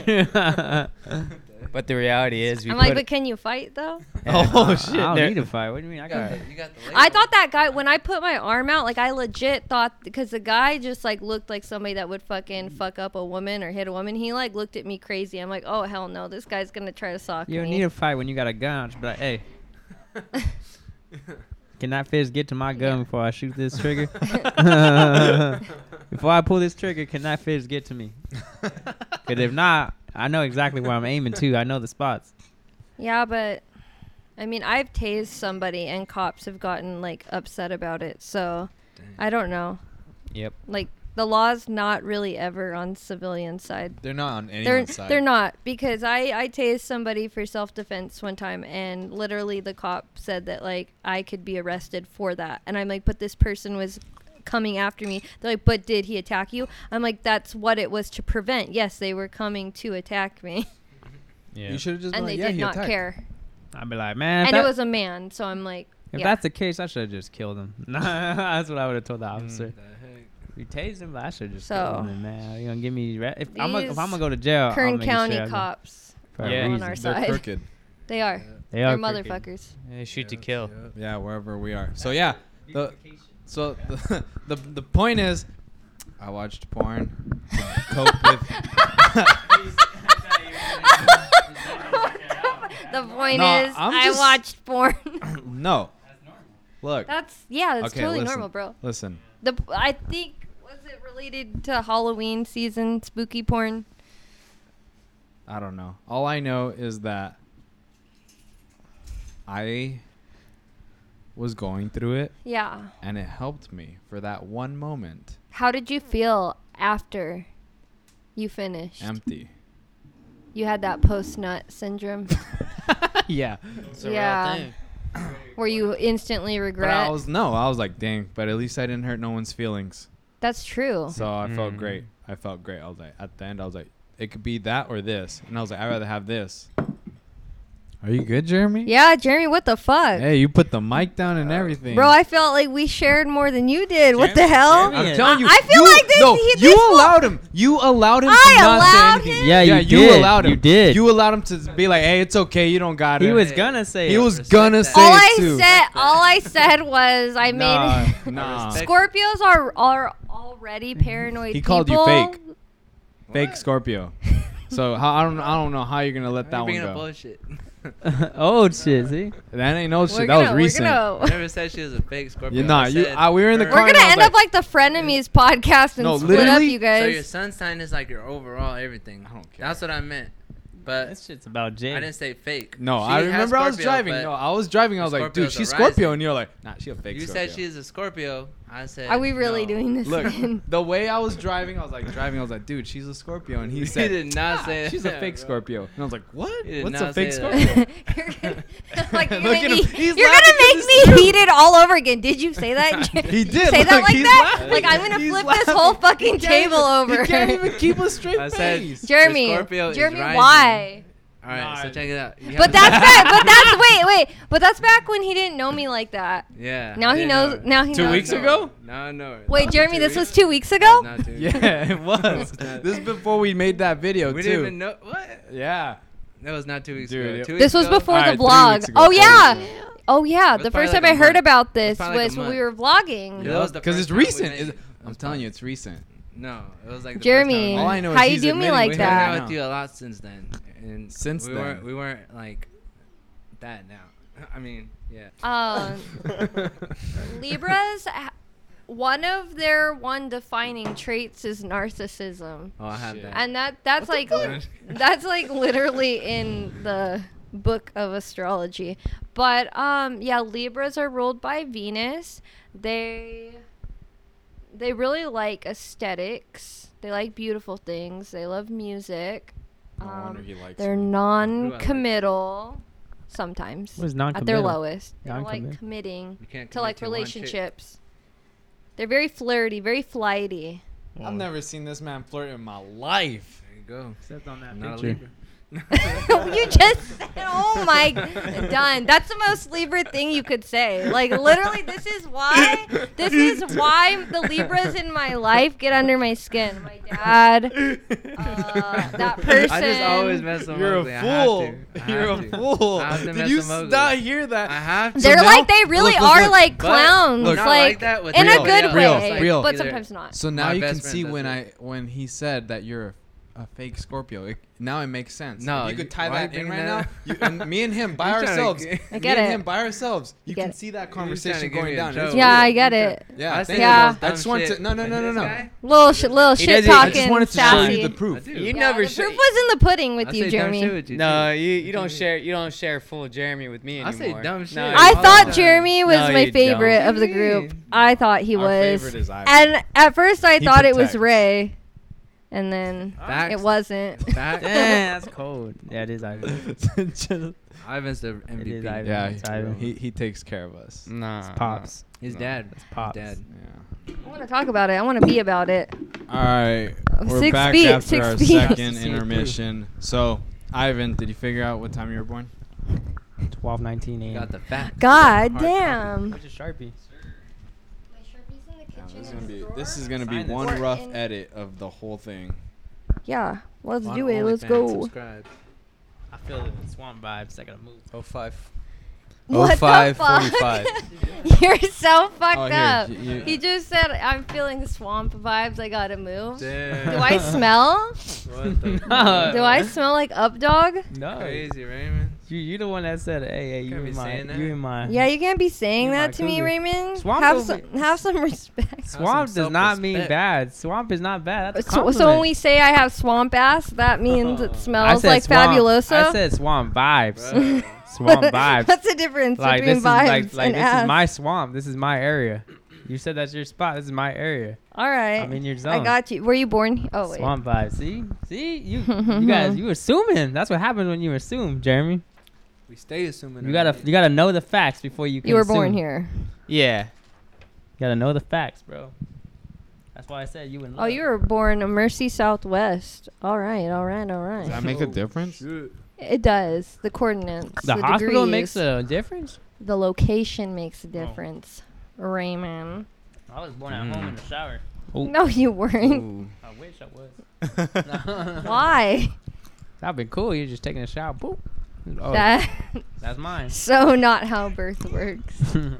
[SPEAKER 3] true.
[SPEAKER 4] But the reality is, we
[SPEAKER 2] I'm like,
[SPEAKER 4] put
[SPEAKER 2] but can you fight though?
[SPEAKER 4] Oh,
[SPEAKER 3] I
[SPEAKER 4] shit.
[SPEAKER 3] don't
[SPEAKER 4] there-
[SPEAKER 3] need to fight. What do you mean? I
[SPEAKER 5] You
[SPEAKER 3] got <laughs>
[SPEAKER 5] got the- you got the
[SPEAKER 2] I
[SPEAKER 5] label.
[SPEAKER 2] thought that guy when I put my arm out, like I legit thought because the guy just like looked like somebody that would fucking
[SPEAKER 3] Mm.
[SPEAKER 2] fuck up a woman or hit a woman. He like looked at me crazy. I'm like, oh hell no, this guy's gonna try to sock
[SPEAKER 3] You don't
[SPEAKER 2] me.
[SPEAKER 3] need to fight when you got a gun. I'll just be like, hey,
[SPEAKER 5] <laughs>
[SPEAKER 3] can that fist get to my gun before I shoot
[SPEAKER 5] <laughs>
[SPEAKER 2] <laughs>
[SPEAKER 3] this trigger? <laughs> before I pull this trigger, can that fist get to me? Because if not, I know exactly where I'm aiming to. I know the spots.
[SPEAKER 2] yeah, but I mean, I've tased somebody and cops have gotten like upset about it. So I don't know.
[SPEAKER 4] Yep.
[SPEAKER 2] Like the law's not really ever on civilian side.
[SPEAKER 1] They're not on anyone's
[SPEAKER 2] They're
[SPEAKER 1] side.
[SPEAKER 2] they're not because I I tased somebody for self defense one time and literally the cop said that like I could be arrested for that and I'm like but this person was coming after me they're like but did he attack you I'm like that's what it was to prevent yes they were coming to attack
[SPEAKER 3] <laughs>
[SPEAKER 2] me
[SPEAKER 4] Yeah.
[SPEAKER 1] You should have just.
[SPEAKER 2] and
[SPEAKER 1] been like,
[SPEAKER 2] they
[SPEAKER 1] yeah,
[SPEAKER 2] did
[SPEAKER 1] he
[SPEAKER 2] not
[SPEAKER 1] attacked.
[SPEAKER 2] care
[SPEAKER 3] I'd be like, man, if,
[SPEAKER 2] and it
[SPEAKER 3] that-
[SPEAKER 2] was a man so I'm like
[SPEAKER 3] if
[SPEAKER 2] yeah.
[SPEAKER 3] that's the case, I should have just killed him. <laughs> That's what I would have told the
[SPEAKER 5] Mm.
[SPEAKER 3] officer.
[SPEAKER 5] The heck?
[SPEAKER 3] You tased him, but I should just
[SPEAKER 2] So-
[SPEAKER 3] killed him, man. You gonna give me? Ra- if I'm gonna if
[SPEAKER 2] These
[SPEAKER 3] I'm gonna go to jail, I'll
[SPEAKER 2] Kern
[SPEAKER 3] make sure
[SPEAKER 2] County
[SPEAKER 3] I-
[SPEAKER 2] cops
[SPEAKER 3] uh, for a
[SPEAKER 4] Yeah.
[SPEAKER 2] on
[SPEAKER 3] reason.
[SPEAKER 2] our
[SPEAKER 1] They're
[SPEAKER 2] side
[SPEAKER 1] crooked.
[SPEAKER 2] <laughs> they are
[SPEAKER 3] They
[SPEAKER 2] they're
[SPEAKER 3] are crooked.
[SPEAKER 2] motherfuckers
[SPEAKER 4] They shoot to
[SPEAKER 5] Yep,
[SPEAKER 4] kill.
[SPEAKER 5] yep.
[SPEAKER 1] Yeah, wherever we are. So yeah, the
[SPEAKER 3] <laughs>
[SPEAKER 1] so the <laughs> the, the point is, I watched porn. to cope with.
[SPEAKER 2] the point
[SPEAKER 1] No,
[SPEAKER 2] is
[SPEAKER 1] I'm
[SPEAKER 2] I
[SPEAKER 1] just-
[SPEAKER 2] watched porn
[SPEAKER 1] <laughs>
[SPEAKER 2] <laughs>
[SPEAKER 1] No. Look.
[SPEAKER 2] that's yeah that's
[SPEAKER 1] okay,
[SPEAKER 2] totally
[SPEAKER 1] listen,
[SPEAKER 2] normal bro
[SPEAKER 1] Listen.
[SPEAKER 2] The I think was it related to Halloween season spooky porn?
[SPEAKER 1] I don't know. All I know is that I was going through it
[SPEAKER 2] Yeah.
[SPEAKER 1] and it helped me for that one moment.
[SPEAKER 2] How did you feel after you finished?
[SPEAKER 1] Empty.
[SPEAKER 2] you had that post nut
[SPEAKER 1] <laughs>
[SPEAKER 2] syndrome
[SPEAKER 1] yeah.
[SPEAKER 4] It's
[SPEAKER 2] a real Yeah. thing. where you instantly
[SPEAKER 1] But I
[SPEAKER 2] regret.
[SPEAKER 1] was no, I was like, dang, but at least I didn't hurt no one's feelings.
[SPEAKER 2] That's true.
[SPEAKER 1] So I felt
[SPEAKER 4] Mhm.
[SPEAKER 1] great. I felt great. I was like at the end I was like, it could be that or this. And I was like, I'd rather have this. Are you good, Jeremy?
[SPEAKER 2] Yeah, Jeremy, what the fuck?
[SPEAKER 1] Hey, you put the mic down and everything.
[SPEAKER 2] Bro, I felt like we shared more than you did. what the
[SPEAKER 4] Jeremy-
[SPEAKER 2] hell?
[SPEAKER 4] Jeremy-
[SPEAKER 1] I'm
[SPEAKER 4] Yeah.
[SPEAKER 1] telling you.
[SPEAKER 2] I feel
[SPEAKER 1] you,
[SPEAKER 2] like this-
[SPEAKER 1] No,
[SPEAKER 2] he-
[SPEAKER 1] you
[SPEAKER 2] this wa-
[SPEAKER 1] allowed him. You allowed him.
[SPEAKER 2] I
[SPEAKER 1] to not say
[SPEAKER 2] allowed
[SPEAKER 1] anything.
[SPEAKER 2] him?
[SPEAKER 3] Yeah, you, did.
[SPEAKER 1] allowed him.
[SPEAKER 3] You did.
[SPEAKER 1] You allowed him to be like, "Hey, it's okay. You don't got it."
[SPEAKER 3] he was
[SPEAKER 5] Hey,
[SPEAKER 3] gonna say.
[SPEAKER 1] He
[SPEAKER 3] <laughs> it.
[SPEAKER 1] was
[SPEAKER 5] Respect
[SPEAKER 1] gonna
[SPEAKER 5] that.
[SPEAKER 1] say
[SPEAKER 2] all I
[SPEAKER 1] it too. <laughs>
[SPEAKER 2] said, all I said was I
[SPEAKER 1] Nah, <laughs>
[SPEAKER 2] made.
[SPEAKER 1] nah.
[SPEAKER 5] respect-
[SPEAKER 2] Scorpios are are already paranoid.
[SPEAKER 1] He called you
[SPEAKER 2] people.
[SPEAKER 1] fake. Fake
[SPEAKER 2] <laughs>
[SPEAKER 1] Scorpio. So how, I don't, I don't know how you're gonna let
[SPEAKER 5] Why
[SPEAKER 1] that
[SPEAKER 5] you
[SPEAKER 1] one
[SPEAKER 5] bringing up
[SPEAKER 1] go.
[SPEAKER 2] <laughs>
[SPEAKER 5] bullshit.
[SPEAKER 3] oh shit! See,
[SPEAKER 1] That ain't no
[SPEAKER 2] We're
[SPEAKER 1] shit. That
[SPEAKER 2] gonna,
[SPEAKER 1] was recent.
[SPEAKER 2] We're gonna,
[SPEAKER 5] I never said she was a fake Scorpio.
[SPEAKER 1] You're not.
[SPEAKER 5] I
[SPEAKER 1] You-
[SPEAKER 5] said
[SPEAKER 1] I- we were in the
[SPEAKER 5] her-
[SPEAKER 1] car
[SPEAKER 2] We're
[SPEAKER 1] and I
[SPEAKER 2] gonna
[SPEAKER 1] was
[SPEAKER 2] end up like the frenemies podcast and
[SPEAKER 1] No,
[SPEAKER 2] split up,
[SPEAKER 1] literally-
[SPEAKER 2] you
[SPEAKER 5] So your
[SPEAKER 2] guys.
[SPEAKER 5] sun sign is like your overall everything.
[SPEAKER 1] I don't care.
[SPEAKER 5] That's what I meant. But
[SPEAKER 3] this shit's about
[SPEAKER 5] Uh, I
[SPEAKER 3] Jay.
[SPEAKER 5] didn't say fake.
[SPEAKER 1] no,
[SPEAKER 5] She
[SPEAKER 1] I
[SPEAKER 5] has
[SPEAKER 1] remember I was
[SPEAKER 5] Scorpio,
[SPEAKER 1] driving.
[SPEAKER 5] but
[SPEAKER 1] No, I was driving. I was like,
[SPEAKER 5] Scorpios
[SPEAKER 1] dude, she's
[SPEAKER 5] are
[SPEAKER 1] Scorpio,
[SPEAKER 5] rising.
[SPEAKER 1] and you're like, nah, she a fake.
[SPEAKER 5] you
[SPEAKER 1] Scorpio.
[SPEAKER 5] said she's a Scorpio. I said.
[SPEAKER 2] Are we really
[SPEAKER 5] no.
[SPEAKER 2] doing this?
[SPEAKER 1] Look, <laughs>
[SPEAKER 2] again?
[SPEAKER 1] the way I was driving, I was like driving. I was like, dude, she's a Scorpio, and he
[SPEAKER 5] <laughs> You
[SPEAKER 1] said,
[SPEAKER 5] did not
[SPEAKER 1] "Ah,
[SPEAKER 5] say
[SPEAKER 1] she's a
[SPEAKER 5] that,
[SPEAKER 1] fake
[SPEAKER 5] bro."
[SPEAKER 1] Scorpio, and I was like, what?
[SPEAKER 5] You did
[SPEAKER 1] What's a
[SPEAKER 5] not
[SPEAKER 1] fake
[SPEAKER 5] say
[SPEAKER 1] Scorpio?
[SPEAKER 5] that. <laughs>
[SPEAKER 2] you're gonna, like, you're
[SPEAKER 1] Look at
[SPEAKER 2] gonna,
[SPEAKER 1] him.
[SPEAKER 2] be-
[SPEAKER 1] He's
[SPEAKER 2] you're
[SPEAKER 1] laughing
[SPEAKER 2] gonna
[SPEAKER 1] 'cause
[SPEAKER 2] make
[SPEAKER 1] it's
[SPEAKER 2] me
[SPEAKER 1] true.
[SPEAKER 2] heated all over again. Did you
[SPEAKER 1] <laughs>
[SPEAKER 2] say that?
[SPEAKER 1] He did.
[SPEAKER 2] Say that
[SPEAKER 1] Look,
[SPEAKER 2] like
[SPEAKER 1] he's
[SPEAKER 2] that?
[SPEAKER 1] laughing.
[SPEAKER 2] Like I'm gonna
[SPEAKER 1] He's
[SPEAKER 2] flip this
[SPEAKER 1] laughing.
[SPEAKER 2] whole fucking
[SPEAKER 1] can't <laughs>
[SPEAKER 2] table
[SPEAKER 1] even-
[SPEAKER 2] over.
[SPEAKER 1] He can't even keep a straight
[SPEAKER 5] <laughs> I said-
[SPEAKER 1] face.
[SPEAKER 2] Jeremy,
[SPEAKER 5] The Scorpio is
[SPEAKER 2] Jeremy,
[SPEAKER 5] rising.
[SPEAKER 2] why?
[SPEAKER 5] All right, so
[SPEAKER 1] Nah.
[SPEAKER 5] check it out. You
[SPEAKER 2] But
[SPEAKER 5] have- <laughs>
[SPEAKER 2] that's back. But that's wait, wait. But that's back when he didn't know me like that.
[SPEAKER 5] yeah.
[SPEAKER 2] Now
[SPEAKER 5] I
[SPEAKER 2] he
[SPEAKER 5] didn't know
[SPEAKER 2] knows.
[SPEAKER 5] her.
[SPEAKER 2] Now he
[SPEAKER 1] Two
[SPEAKER 2] knows.
[SPEAKER 1] weeks
[SPEAKER 5] No,
[SPEAKER 1] ago?
[SPEAKER 5] No, no.
[SPEAKER 2] Wait,
[SPEAKER 5] Not
[SPEAKER 2] Jeremy,
[SPEAKER 5] two
[SPEAKER 2] this
[SPEAKER 5] weeks.
[SPEAKER 2] was two weeks ago.
[SPEAKER 5] Not
[SPEAKER 1] <laughs>
[SPEAKER 5] two weeks.
[SPEAKER 1] Yeah, it
[SPEAKER 5] <laughs>
[SPEAKER 1] was. this is before we made that video
[SPEAKER 5] We
[SPEAKER 1] too.
[SPEAKER 5] didn't even know what.
[SPEAKER 1] Yeah.
[SPEAKER 5] That was not two weeks
[SPEAKER 1] Dude,
[SPEAKER 5] ago.
[SPEAKER 1] it-
[SPEAKER 5] Two
[SPEAKER 2] This
[SPEAKER 5] weeks
[SPEAKER 2] was
[SPEAKER 5] ago?
[SPEAKER 2] before
[SPEAKER 1] All
[SPEAKER 2] the
[SPEAKER 1] right, three weeks
[SPEAKER 2] vlog.
[SPEAKER 1] ago,
[SPEAKER 2] Oh
[SPEAKER 1] four
[SPEAKER 2] yeah,
[SPEAKER 1] weeks
[SPEAKER 2] oh yeah.
[SPEAKER 5] It was
[SPEAKER 2] The
[SPEAKER 5] probably
[SPEAKER 2] first
[SPEAKER 5] like
[SPEAKER 2] time I
[SPEAKER 5] a
[SPEAKER 2] heard
[SPEAKER 5] month.
[SPEAKER 2] about
[SPEAKER 5] was
[SPEAKER 2] this
[SPEAKER 5] probably like
[SPEAKER 2] was
[SPEAKER 5] a
[SPEAKER 2] when we were
[SPEAKER 5] month.
[SPEAKER 2] vlogging.
[SPEAKER 5] Yeah, that was the
[SPEAKER 1] Because
[SPEAKER 5] first
[SPEAKER 1] it's
[SPEAKER 5] time we
[SPEAKER 1] recent.
[SPEAKER 5] made
[SPEAKER 1] It's-
[SPEAKER 5] it. That
[SPEAKER 1] I'm
[SPEAKER 5] was
[SPEAKER 1] telling
[SPEAKER 5] fun.
[SPEAKER 1] you, it's recent.
[SPEAKER 2] <laughs>
[SPEAKER 5] No, it was like the
[SPEAKER 2] Jeremy,
[SPEAKER 5] First time
[SPEAKER 1] All
[SPEAKER 5] we
[SPEAKER 1] I
[SPEAKER 5] made it.
[SPEAKER 1] know is
[SPEAKER 2] how you
[SPEAKER 1] he's
[SPEAKER 2] do me
[SPEAKER 1] admitting
[SPEAKER 2] like
[SPEAKER 5] we
[SPEAKER 1] we
[SPEAKER 5] hung
[SPEAKER 2] that?
[SPEAKER 5] out with you a lot since then. And
[SPEAKER 1] Since
[SPEAKER 5] we weren't,
[SPEAKER 1] then.
[SPEAKER 5] we weren't like that now. <laughs> I mean, yeah.
[SPEAKER 2] Um,
[SPEAKER 1] <laughs>
[SPEAKER 2] Libras, <laughs> ha- one of their one defining traits is narcissism,
[SPEAKER 5] Oh, I have
[SPEAKER 1] Shit.
[SPEAKER 5] that.
[SPEAKER 2] and that that's like li- that's like literally in the book of astrology. But um, yeah, Libras are ruled by Venus. They they really like aesthetics. They like beautiful things. They love music.
[SPEAKER 1] No wonder
[SPEAKER 2] Um,
[SPEAKER 1] he likes
[SPEAKER 2] they're
[SPEAKER 1] me.
[SPEAKER 2] non-committal sometimes
[SPEAKER 3] Was
[SPEAKER 2] at their
[SPEAKER 3] non-committal.
[SPEAKER 2] lowest. They don't like
[SPEAKER 3] Non-commit-
[SPEAKER 2] committing
[SPEAKER 5] You can't
[SPEAKER 2] to like
[SPEAKER 5] commit one chick.
[SPEAKER 2] relationships. They're very flirty, very flighty.
[SPEAKER 1] I've never seen this man flirt in my life.
[SPEAKER 5] There you go.
[SPEAKER 3] Except on that
[SPEAKER 5] Not a
[SPEAKER 3] picture. <laughs>
[SPEAKER 5] Libra.
[SPEAKER 2] <laughs> you
[SPEAKER 5] <laughs>
[SPEAKER 2] just said, oh my, done. That's the most Libra thing you could say. Like literally, this is why. This is why the Libras in my life get under my skin. My
[SPEAKER 1] <laughs>
[SPEAKER 2] dad, uh, that person.
[SPEAKER 5] I just always mess them
[SPEAKER 1] You're
[SPEAKER 5] up.
[SPEAKER 1] a
[SPEAKER 5] I have
[SPEAKER 1] fool.
[SPEAKER 5] to. I have
[SPEAKER 1] You're a
[SPEAKER 5] to.
[SPEAKER 1] fool.
[SPEAKER 5] I have to
[SPEAKER 1] Did
[SPEAKER 5] mess
[SPEAKER 1] you
[SPEAKER 5] them up.
[SPEAKER 1] not hear
[SPEAKER 5] I
[SPEAKER 1] that?
[SPEAKER 5] have to.
[SPEAKER 1] So
[SPEAKER 2] They're
[SPEAKER 1] now-
[SPEAKER 2] like they really
[SPEAKER 1] look, look,
[SPEAKER 2] are
[SPEAKER 1] look.
[SPEAKER 2] like
[SPEAKER 5] But
[SPEAKER 2] clowns,
[SPEAKER 5] I'm
[SPEAKER 2] like,
[SPEAKER 5] not that with
[SPEAKER 2] in a
[SPEAKER 1] Real,
[SPEAKER 2] good
[SPEAKER 1] real,
[SPEAKER 2] way,
[SPEAKER 1] real.
[SPEAKER 2] but
[SPEAKER 5] Either-
[SPEAKER 2] sometimes not.
[SPEAKER 1] So now
[SPEAKER 5] My
[SPEAKER 1] you can
[SPEAKER 5] best friend
[SPEAKER 1] see
[SPEAKER 5] does
[SPEAKER 1] when I
[SPEAKER 5] it.
[SPEAKER 1] when he said that you're a, a fake Scorpio. It, now it makes sense. If
[SPEAKER 5] No,
[SPEAKER 1] you
[SPEAKER 5] you-
[SPEAKER 1] could tie
[SPEAKER 5] why
[SPEAKER 1] that
[SPEAKER 5] bring
[SPEAKER 1] in right
[SPEAKER 5] that
[SPEAKER 1] now.
[SPEAKER 5] up?
[SPEAKER 1] You, and me and
[SPEAKER 5] <laughs>
[SPEAKER 1] him by
[SPEAKER 5] You're trying to
[SPEAKER 1] ourselves.
[SPEAKER 5] get-
[SPEAKER 2] I get
[SPEAKER 1] me
[SPEAKER 2] it.
[SPEAKER 1] and him by ourselves. You
[SPEAKER 2] Get
[SPEAKER 1] can
[SPEAKER 2] it.
[SPEAKER 1] see that
[SPEAKER 5] trying to
[SPEAKER 1] conversation
[SPEAKER 5] give me
[SPEAKER 1] going
[SPEAKER 5] a
[SPEAKER 1] down.
[SPEAKER 5] joke.
[SPEAKER 1] It's
[SPEAKER 2] Yeah,
[SPEAKER 1] real.
[SPEAKER 2] I get it.
[SPEAKER 1] Yeah,
[SPEAKER 5] I
[SPEAKER 1] thank
[SPEAKER 5] say
[SPEAKER 1] you.
[SPEAKER 2] Yeah.
[SPEAKER 5] the most
[SPEAKER 1] I just
[SPEAKER 5] dumb
[SPEAKER 1] wanted
[SPEAKER 5] shit.
[SPEAKER 1] to. No, no,
[SPEAKER 5] Like
[SPEAKER 1] no, no,
[SPEAKER 5] this
[SPEAKER 1] no.
[SPEAKER 5] guy?
[SPEAKER 2] Little sh- little
[SPEAKER 4] He does
[SPEAKER 2] shit
[SPEAKER 4] it. I
[SPEAKER 1] I
[SPEAKER 2] talking,
[SPEAKER 1] just wanted to show
[SPEAKER 2] sassy.
[SPEAKER 1] you the
[SPEAKER 5] I
[SPEAKER 1] proof.
[SPEAKER 5] do.
[SPEAKER 4] You
[SPEAKER 2] Yeah,
[SPEAKER 4] never
[SPEAKER 2] the
[SPEAKER 4] sh-
[SPEAKER 2] proof was in the pudding with
[SPEAKER 5] I
[SPEAKER 2] you,
[SPEAKER 5] say dumb
[SPEAKER 2] Jeremy.
[SPEAKER 5] shit with you,
[SPEAKER 4] No,
[SPEAKER 5] too.
[SPEAKER 4] you, you don't share you don't share full Jeremy with me
[SPEAKER 5] I
[SPEAKER 4] anymore.
[SPEAKER 5] say dumb shit.
[SPEAKER 4] No,
[SPEAKER 5] I
[SPEAKER 4] you
[SPEAKER 2] I
[SPEAKER 5] Hold
[SPEAKER 4] don't.
[SPEAKER 2] thought
[SPEAKER 5] on.
[SPEAKER 2] Jeremy was
[SPEAKER 4] No,
[SPEAKER 2] my
[SPEAKER 4] you don't.
[SPEAKER 2] favorite
[SPEAKER 5] What
[SPEAKER 2] of
[SPEAKER 5] do
[SPEAKER 2] the
[SPEAKER 5] you
[SPEAKER 2] group.
[SPEAKER 5] mean?
[SPEAKER 2] I thought he
[SPEAKER 1] Our
[SPEAKER 2] was.
[SPEAKER 1] favorite is Ivan.
[SPEAKER 2] And at first I
[SPEAKER 1] He
[SPEAKER 2] thought it was
[SPEAKER 1] protects.
[SPEAKER 2] Ray. And then
[SPEAKER 5] Facts.
[SPEAKER 2] it wasn't. <laughs>
[SPEAKER 5] Facts.
[SPEAKER 3] Damn, that's cold. Yeah, it
[SPEAKER 5] <laughs>
[SPEAKER 3] is Ivan.
[SPEAKER 5] Ivan's the
[SPEAKER 3] It is
[SPEAKER 5] MVP.
[SPEAKER 1] <laughs>
[SPEAKER 3] Ivan.
[SPEAKER 1] yeah,
[SPEAKER 3] It's Ivan.
[SPEAKER 1] he, he he takes care of us.
[SPEAKER 4] Nah,
[SPEAKER 3] It's
[SPEAKER 4] nah.
[SPEAKER 3] Pops.
[SPEAKER 5] His
[SPEAKER 4] No.
[SPEAKER 5] dad.
[SPEAKER 3] It's Pops.
[SPEAKER 5] His dad.
[SPEAKER 1] Yeah.
[SPEAKER 2] I want to talk about it. I want to be about it.
[SPEAKER 1] All right,
[SPEAKER 2] Oh,
[SPEAKER 1] we're
[SPEAKER 2] six
[SPEAKER 1] back
[SPEAKER 2] feet,
[SPEAKER 1] after
[SPEAKER 2] six
[SPEAKER 1] our
[SPEAKER 2] feet.
[SPEAKER 1] second
[SPEAKER 2] See it through.
[SPEAKER 1] intermission. So, Ivan, did you figure out what time you were born?
[SPEAKER 3] 12, 19,
[SPEAKER 5] He Got the facts.
[SPEAKER 2] God
[SPEAKER 5] Hard
[SPEAKER 2] damn.
[SPEAKER 3] Where's your Sharpie?
[SPEAKER 1] This is gonna be this is gonna be
[SPEAKER 3] Sign this.
[SPEAKER 1] one
[SPEAKER 3] Or
[SPEAKER 1] rough
[SPEAKER 2] in-
[SPEAKER 1] edit of the whole thing.
[SPEAKER 2] Yeah. Let's
[SPEAKER 5] On
[SPEAKER 2] do it. Let's
[SPEAKER 5] OnlyFans,
[SPEAKER 2] go.
[SPEAKER 5] subscribe.
[SPEAKER 3] I feel the swamp vibes. I gotta move.
[SPEAKER 5] Oh five.
[SPEAKER 2] <laughs>
[SPEAKER 3] Oh
[SPEAKER 2] What the
[SPEAKER 5] 05,
[SPEAKER 2] fuck? <laughs> You're so fucked
[SPEAKER 1] Oh, here,
[SPEAKER 2] up.
[SPEAKER 1] you- you-
[SPEAKER 2] he just said, I'm feeling the swamp vibes. I gotta move. Do
[SPEAKER 5] Damn.
[SPEAKER 2] I
[SPEAKER 3] <laughs>
[SPEAKER 2] smell? <laughs>
[SPEAKER 5] What the
[SPEAKER 3] No.
[SPEAKER 2] Do I smell like Up Dog?
[SPEAKER 3] No,
[SPEAKER 2] <laughs>
[SPEAKER 5] Crazy Raymond.
[SPEAKER 3] you you the one that said, "Hey, hey, you
[SPEAKER 5] Can't be
[SPEAKER 3] in my,
[SPEAKER 5] saying that.
[SPEAKER 3] you in my."
[SPEAKER 2] Yeah, you can't be saying
[SPEAKER 3] You're my
[SPEAKER 2] that to me,
[SPEAKER 3] cougar.
[SPEAKER 2] Raymond.
[SPEAKER 3] Swamp
[SPEAKER 2] have
[SPEAKER 3] over-
[SPEAKER 2] some, have some <laughs> respect.
[SPEAKER 3] Swamp
[SPEAKER 5] Have some
[SPEAKER 3] does not mean
[SPEAKER 5] self-respect.
[SPEAKER 3] bad. Swamp is not bad. That's a
[SPEAKER 2] So, so when
[SPEAKER 3] compliment.
[SPEAKER 2] we say I have swamp ass, that means it
[SPEAKER 3] <laughs> I
[SPEAKER 2] smells
[SPEAKER 3] said
[SPEAKER 2] like
[SPEAKER 3] swamp-
[SPEAKER 2] fabuloso.
[SPEAKER 3] I said swamp vibes.
[SPEAKER 5] Bro.
[SPEAKER 3] <laughs>
[SPEAKER 2] <laughs>
[SPEAKER 3] swamp vibes.
[SPEAKER 2] That's the difference
[SPEAKER 3] like
[SPEAKER 2] between
[SPEAKER 3] this is
[SPEAKER 2] vibes
[SPEAKER 3] like like
[SPEAKER 2] and
[SPEAKER 3] this
[SPEAKER 2] ass.
[SPEAKER 3] is my swamp. This is my area. You said that's your spot. This is my area.
[SPEAKER 2] All right.
[SPEAKER 3] I'm in your
[SPEAKER 2] I
[SPEAKER 3] zone.
[SPEAKER 2] got you. Were you born? he- Oh wait.
[SPEAKER 3] Swamp vibes. See, see,
[SPEAKER 2] <laughs>
[SPEAKER 3] you you guys, you assuming. That's what happens when you assume, Jeremy.
[SPEAKER 5] We stay assuming.
[SPEAKER 3] You gotta you gotta know the facts before you. Can
[SPEAKER 2] You were born
[SPEAKER 3] assume.
[SPEAKER 2] here.
[SPEAKER 4] Yeah.
[SPEAKER 3] You gotta know the facts, bro. That's why I said you and.
[SPEAKER 2] Oh, you were born in Mercy Southwest. All right. All right. All right.
[SPEAKER 1] Does that make a difference?
[SPEAKER 2] It does. The coordinates.
[SPEAKER 3] The, hospital
[SPEAKER 2] degrees,
[SPEAKER 3] makes a Oh. difference.
[SPEAKER 2] The location makes a difference. Raymond.
[SPEAKER 3] I was born
[SPEAKER 4] at home in
[SPEAKER 3] the shower. Ooh.
[SPEAKER 2] No, you weren't.
[SPEAKER 3] I wish I was.
[SPEAKER 4] <laughs>
[SPEAKER 2] Why?
[SPEAKER 3] That'd be cool. You're just taking a shower. Boop. Oh,
[SPEAKER 2] That
[SPEAKER 3] <laughs> that's mine.
[SPEAKER 2] so not how birth works.
[SPEAKER 1] <laughs> Uh,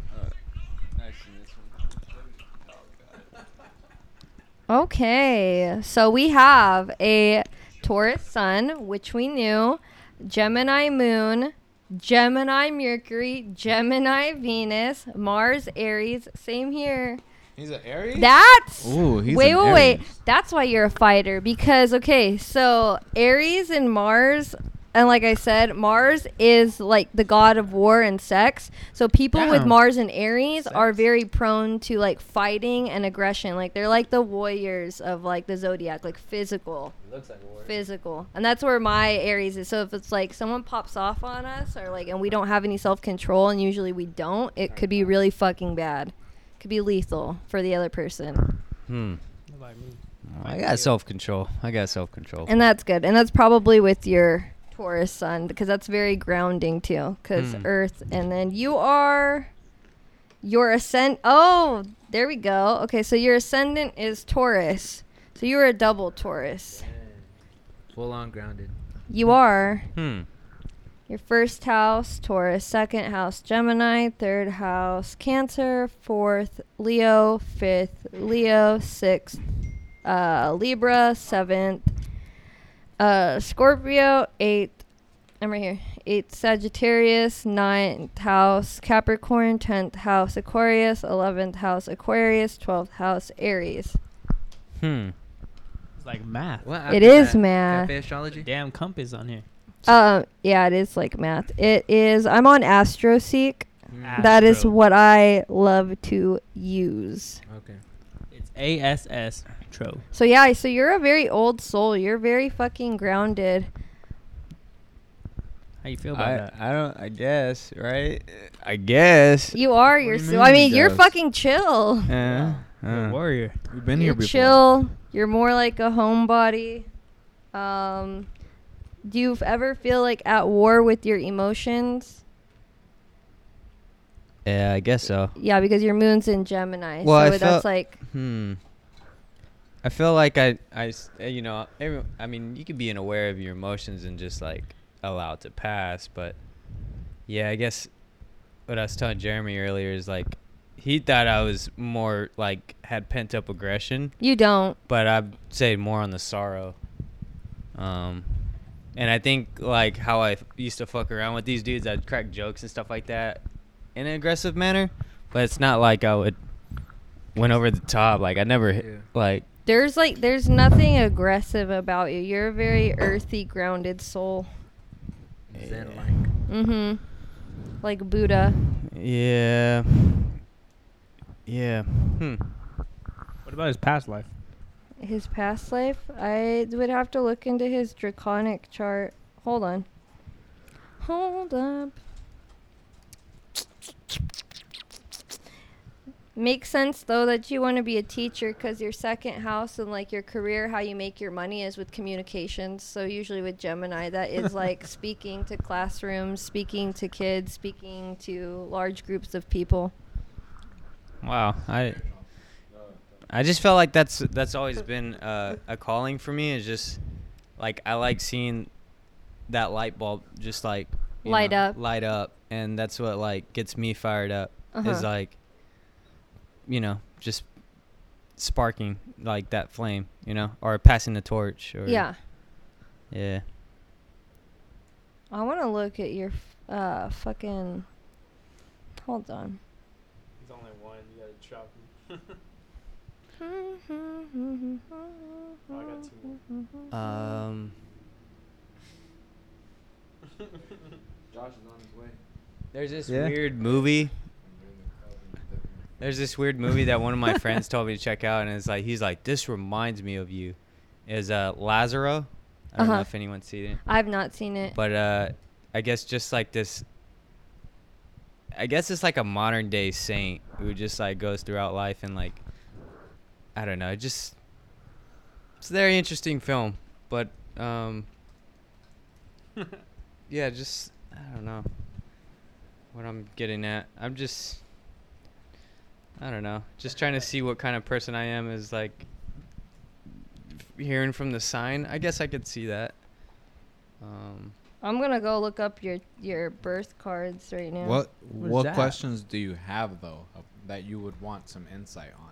[SPEAKER 2] Okay, so we have a Taurus sun, which we knew, Gemini moon, Gemini Mercury, Gemini Venus, Mars Aries. Same here.
[SPEAKER 1] He's an Aries.
[SPEAKER 2] That's
[SPEAKER 1] Ooh, he's
[SPEAKER 2] wait,
[SPEAKER 1] an
[SPEAKER 2] wait, wait.
[SPEAKER 1] Aries.
[SPEAKER 2] That's why you're a fighter because okay, so Aries and Mars. And like I said, Mars is like the god of war and sex. So people with
[SPEAKER 3] Damn.
[SPEAKER 2] Mars and Aries are
[SPEAKER 3] Sex.
[SPEAKER 2] very prone to like fighting and aggression. Like they're like the warriors of like the zodiac, like physical
[SPEAKER 5] Looks like a word.
[SPEAKER 2] physical and that's where my aries is so if it's like someone pops off on us or like and we don't have any self-control and usually we don't it could be really fucking bad could be lethal for the other person
[SPEAKER 4] Hmm.
[SPEAKER 3] Nobody moved.
[SPEAKER 4] I got self control. I got self control.
[SPEAKER 2] and that's good and that's probably with your taurus sun because that's very grounding too because
[SPEAKER 4] Mm.
[SPEAKER 2] earth and then you are your ascend oh there we go okay so your ascendant is taurus so you're a double taurus
[SPEAKER 5] Full on grounded.
[SPEAKER 2] you are
[SPEAKER 4] Hmm.
[SPEAKER 2] Your first house, Taurus. Second house, Gemini. Third house, Cancer. Fourth, Leo. Fifth, Leo. Sixth, uh, Libra. Seventh, uh, Scorpio. Eighth, I'm right here. Eighth, Sagittarius. Ninth house, Capricorn. Tenth house, Aquarius. Eleventh house, Aquarius. Twelfth house, Aries.
[SPEAKER 4] Hmm.
[SPEAKER 3] It's like math.
[SPEAKER 5] What
[SPEAKER 2] It
[SPEAKER 5] after
[SPEAKER 2] is
[SPEAKER 5] that?
[SPEAKER 2] math.
[SPEAKER 5] Cafe astrology.
[SPEAKER 3] Damn compass on here.
[SPEAKER 2] Uh, yeah, it is like math. It is. I'm on AstroSeek.
[SPEAKER 5] Mm.
[SPEAKER 2] That is
[SPEAKER 3] Astro.
[SPEAKER 2] what I love to use.
[SPEAKER 5] Okay.
[SPEAKER 3] It's A S S tro.
[SPEAKER 2] So yeah, so you're a very old soul. You're very fucking grounded.
[SPEAKER 3] How you feel about
[SPEAKER 4] I,
[SPEAKER 3] that?
[SPEAKER 4] I don't. I guess. Right. I guess.
[SPEAKER 2] You are your
[SPEAKER 5] do you
[SPEAKER 2] soul. I
[SPEAKER 5] mean
[SPEAKER 2] mean,
[SPEAKER 5] he
[SPEAKER 2] you're
[SPEAKER 5] does?
[SPEAKER 2] fucking chill.
[SPEAKER 4] Uh,
[SPEAKER 3] You're a
[SPEAKER 4] uh.
[SPEAKER 3] warrior.
[SPEAKER 1] We've been here
[SPEAKER 2] You're
[SPEAKER 1] before.
[SPEAKER 2] chill. You're more like a homebody. Um Do you ever feel like at war with your emotions?
[SPEAKER 4] Yeah, I guess so.
[SPEAKER 2] Yeah, because your moon's in Gemini,
[SPEAKER 4] Well, I
[SPEAKER 2] so
[SPEAKER 4] felt-
[SPEAKER 2] that's like
[SPEAKER 4] Hmm. I feel like I, I s- uh, you know, every, I mean, you could be unaware of your emotions and just like allow it to pass. But yeah, I guess what I was telling Jeremy earlier is like he thought I was more like had pent up aggression,
[SPEAKER 2] you don't.
[SPEAKER 4] but I'd say more on the sorrow. Um, and I think like how I f- used to fuck around with these dudes, I'd crack jokes and stuff like that in an aggressive manner, but it's not like I would went over the top. Like I never hit,
[SPEAKER 5] Yeah.
[SPEAKER 4] like
[SPEAKER 2] There's like there's nothing aggressive about you. You're a very earthy, grounded soul.
[SPEAKER 5] Zen
[SPEAKER 4] Yeah.
[SPEAKER 5] like.
[SPEAKER 2] Mm-hmm. Like Buddha.
[SPEAKER 4] yeah, yeah. Hmm.
[SPEAKER 3] What about his past life?
[SPEAKER 2] His past life, I would have to look into his draconic chart. Hold on. Hold up. Makes sense though that you want to be a teacher because your second house and like your career, how you make your money is with communications. So usually with Gemini, that is like speaking to classrooms, speaking to kids, speaking to large groups of people.
[SPEAKER 4] Wow. I I just felt like that's that's always been uh, a calling for me. Is just like I like seeing that light bulb just like you
[SPEAKER 2] Light up.
[SPEAKER 4] light up, and that's what like gets me fired up.
[SPEAKER 2] Uh-huh.
[SPEAKER 4] Is like you know just sparking like that flame, you know, or passing the torch. Or,
[SPEAKER 2] Yeah.
[SPEAKER 4] Yeah.
[SPEAKER 2] I want to look at your f- uh fucking. Hold on.
[SPEAKER 3] He's only one. You gotta chop I got two
[SPEAKER 4] Um.
[SPEAKER 5] Josh is on his way.
[SPEAKER 4] There's this
[SPEAKER 3] Yeah.
[SPEAKER 4] weird movie. There's this weird movie that one of my friends told me to check out, and it's like he's like, "This reminds me of you." Is uh Lazaro? I don't know
[SPEAKER 2] Uh-huh.
[SPEAKER 4] if anyone's seen it,
[SPEAKER 2] I've not seen it.
[SPEAKER 4] but uh, I guess just like this. I guess it's like a modern day saint who just like goes throughout life and like, I don't know, it just. It's a very interesting film, but um. yeah, just I don't know. What I'm getting at, I'm just. I don't know. Just trying to see what kind of person I am is like. Hearing from the sign, I guess I could see that. Um,
[SPEAKER 2] I'm gonna go look up your your birth cards right now.
[SPEAKER 6] What
[SPEAKER 3] What is
[SPEAKER 6] what,
[SPEAKER 3] that?
[SPEAKER 6] questions do you have though of- that you would want some insight on?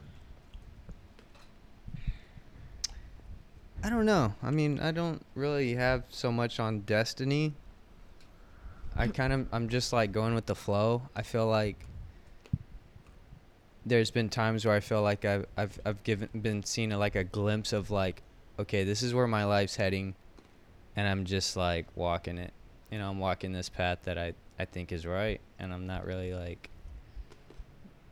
[SPEAKER 4] I don't know. I mean, I don't really have so much on destiny. I kind of I'm just like going with the flow. I feel like there's been times where I feel like I've I've I've given been seen a, like a glimpse of like okay, this is where my life's heading and I'm just like walking it. You know, I'm walking this path that I I think is right and I'm not really like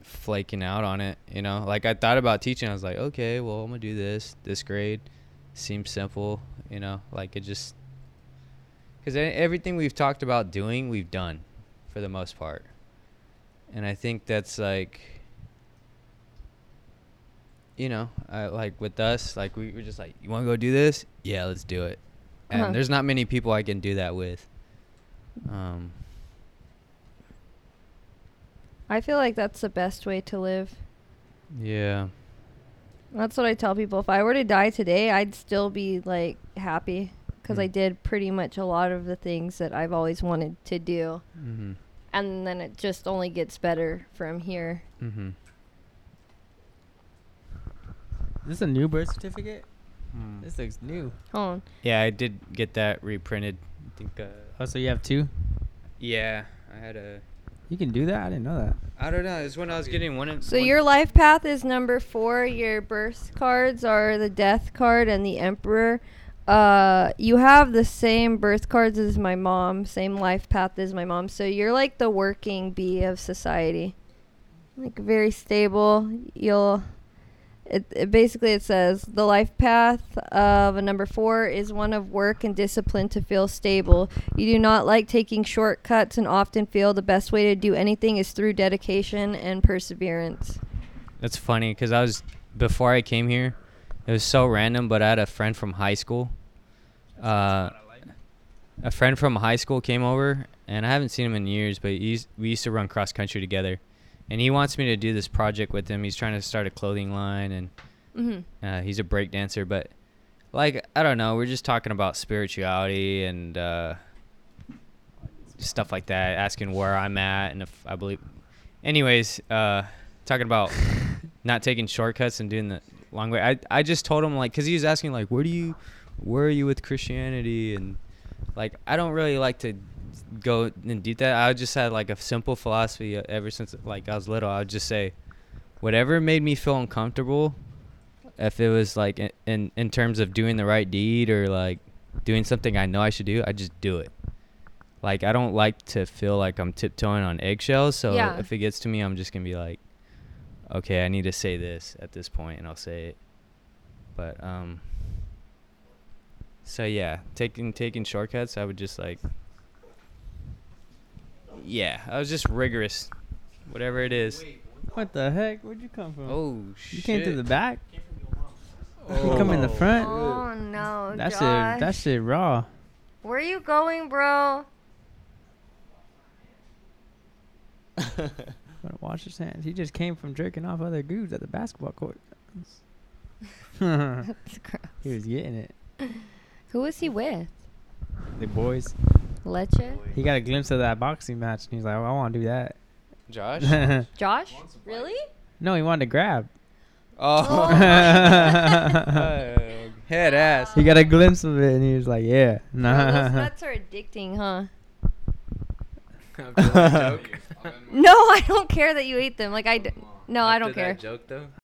[SPEAKER 4] flaking out on it, you know? Like I thought about teaching. I was like, "Okay, well, I'm going to do this this grade." seems simple, you know, like it just because everything we've talked about doing, we've done for the most part. And I think that's like, you know, I, like with us, like we were just like, you want to go do this? Yeah, let's do it. And
[SPEAKER 2] Uh-huh.
[SPEAKER 4] there's not many people I can do that with. Um,
[SPEAKER 2] I feel like that's the best way to live.
[SPEAKER 4] yeah.
[SPEAKER 2] That's what I tell people. If I were to die today, I'd still be like happy because I
[SPEAKER 4] Mm.
[SPEAKER 2] did pretty much a lot of the things that I've always wanted to do,
[SPEAKER 4] Mm-hmm.
[SPEAKER 2] and then it just only gets better from here.
[SPEAKER 4] Mm-hmm.
[SPEAKER 3] Is this a new birth certificate? This looks new.
[SPEAKER 2] Hold on.
[SPEAKER 4] Yeah, I did get that reprinted. I think. Uh,
[SPEAKER 3] Oh, so you have two?
[SPEAKER 4] yeah, I had a.
[SPEAKER 3] You can do that? I didn't know that.
[SPEAKER 4] I don't know. It's when I was getting one. in-
[SPEAKER 2] So
[SPEAKER 4] one-
[SPEAKER 2] your life path is number four. Your birth cards are the Death card and the Emperor. Uh, you have the same birth cards as my mom, same life path as my mom. So you're like the working bee of society, like very stable. You'll. It, it basically it says the life path of a number four is one of work and discipline to feel stable. You do not like taking shortcuts and often feel the best way to do anything is through dedication and perseverance.
[SPEAKER 4] That's funny because I was before I came here. It was so random, but I had a friend from high school. Uh, a friend from high school came over, and I haven't seen him in years, but he used, we used to run cross country together, and he wants me to do this project with him. He's trying to start a clothing line, and
[SPEAKER 2] Mm-hmm.
[SPEAKER 4] uh, he's a break dancer, but like I don't know, we're just talking about spirituality and uh, stuff like that, asking where I'm at and if I believe. Anyways, uh, talking about not taking shortcuts and doing the long way. I I just told him like because he was asking like where do you where are you with Christianity and like I don't really like to go and do that. I just had like a simple philosophy uh, ever since like I was little. I would just say whatever made me feel uncomfortable if it was like in, in in terms of doing the right deed or like doing something I know I should do, I just do it. Like I don't like to feel like I'm tiptoeing on eggshells, so
[SPEAKER 2] Yeah.
[SPEAKER 4] if it gets to me, I'm just gonna be like, okay, I need to say this at this point, and I'll say it. But um, so yeah, taking taking shortcuts, I would just like, yeah, I was just rigorous, whatever it is.
[SPEAKER 3] What the heck? Where'd you come from?
[SPEAKER 4] Oh
[SPEAKER 3] you
[SPEAKER 4] shit!
[SPEAKER 5] <laughs>
[SPEAKER 3] came through the back.
[SPEAKER 1] Oh.
[SPEAKER 3] You come in the front.
[SPEAKER 2] Oh no,
[SPEAKER 3] That's it.
[SPEAKER 2] Josh.
[SPEAKER 3] That shit raw.
[SPEAKER 2] Where you going, bro?
[SPEAKER 3] Gotta wash his hands. He just came from jerking off other dudes at the basketball court. <laughs> he was getting it.
[SPEAKER 2] <laughs> Who was he with?
[SPEAKER 3] The boys.
[SPEAKER 2] Leche?
[SPEAKER 3] He got a glimpse of that boxing match and he's like, "Oh, I want to do
[SPEAKER 4] Josh.
[SPEAKER 3] that.
[SPEAKER 2] Josh? Really?
[SPEAKER 3] <laughs> no, he wanted to grab.
[SPEAKER 4] Oh. <laughs>
[SPEAKER 2] Oh.
[SPEAKER 4] head ass.
[SPEAKER 3] <laughs> he got a glimpse of it and he was like, "Yeah,
[SPEAKER 2] Bro, those
[SPEAKER 3] <laughs> nah."
[SPEAKER 2] nuts are addicting, huh?
[SPEAKER 5] After that joke?
[SPEAKER 2] <laughs> No, I don't care that you ate them. Like I, d- no, I don't
[SPEAKER 5] After
[SPEAKER 2] care.
[SPEAKER 5] That joke though.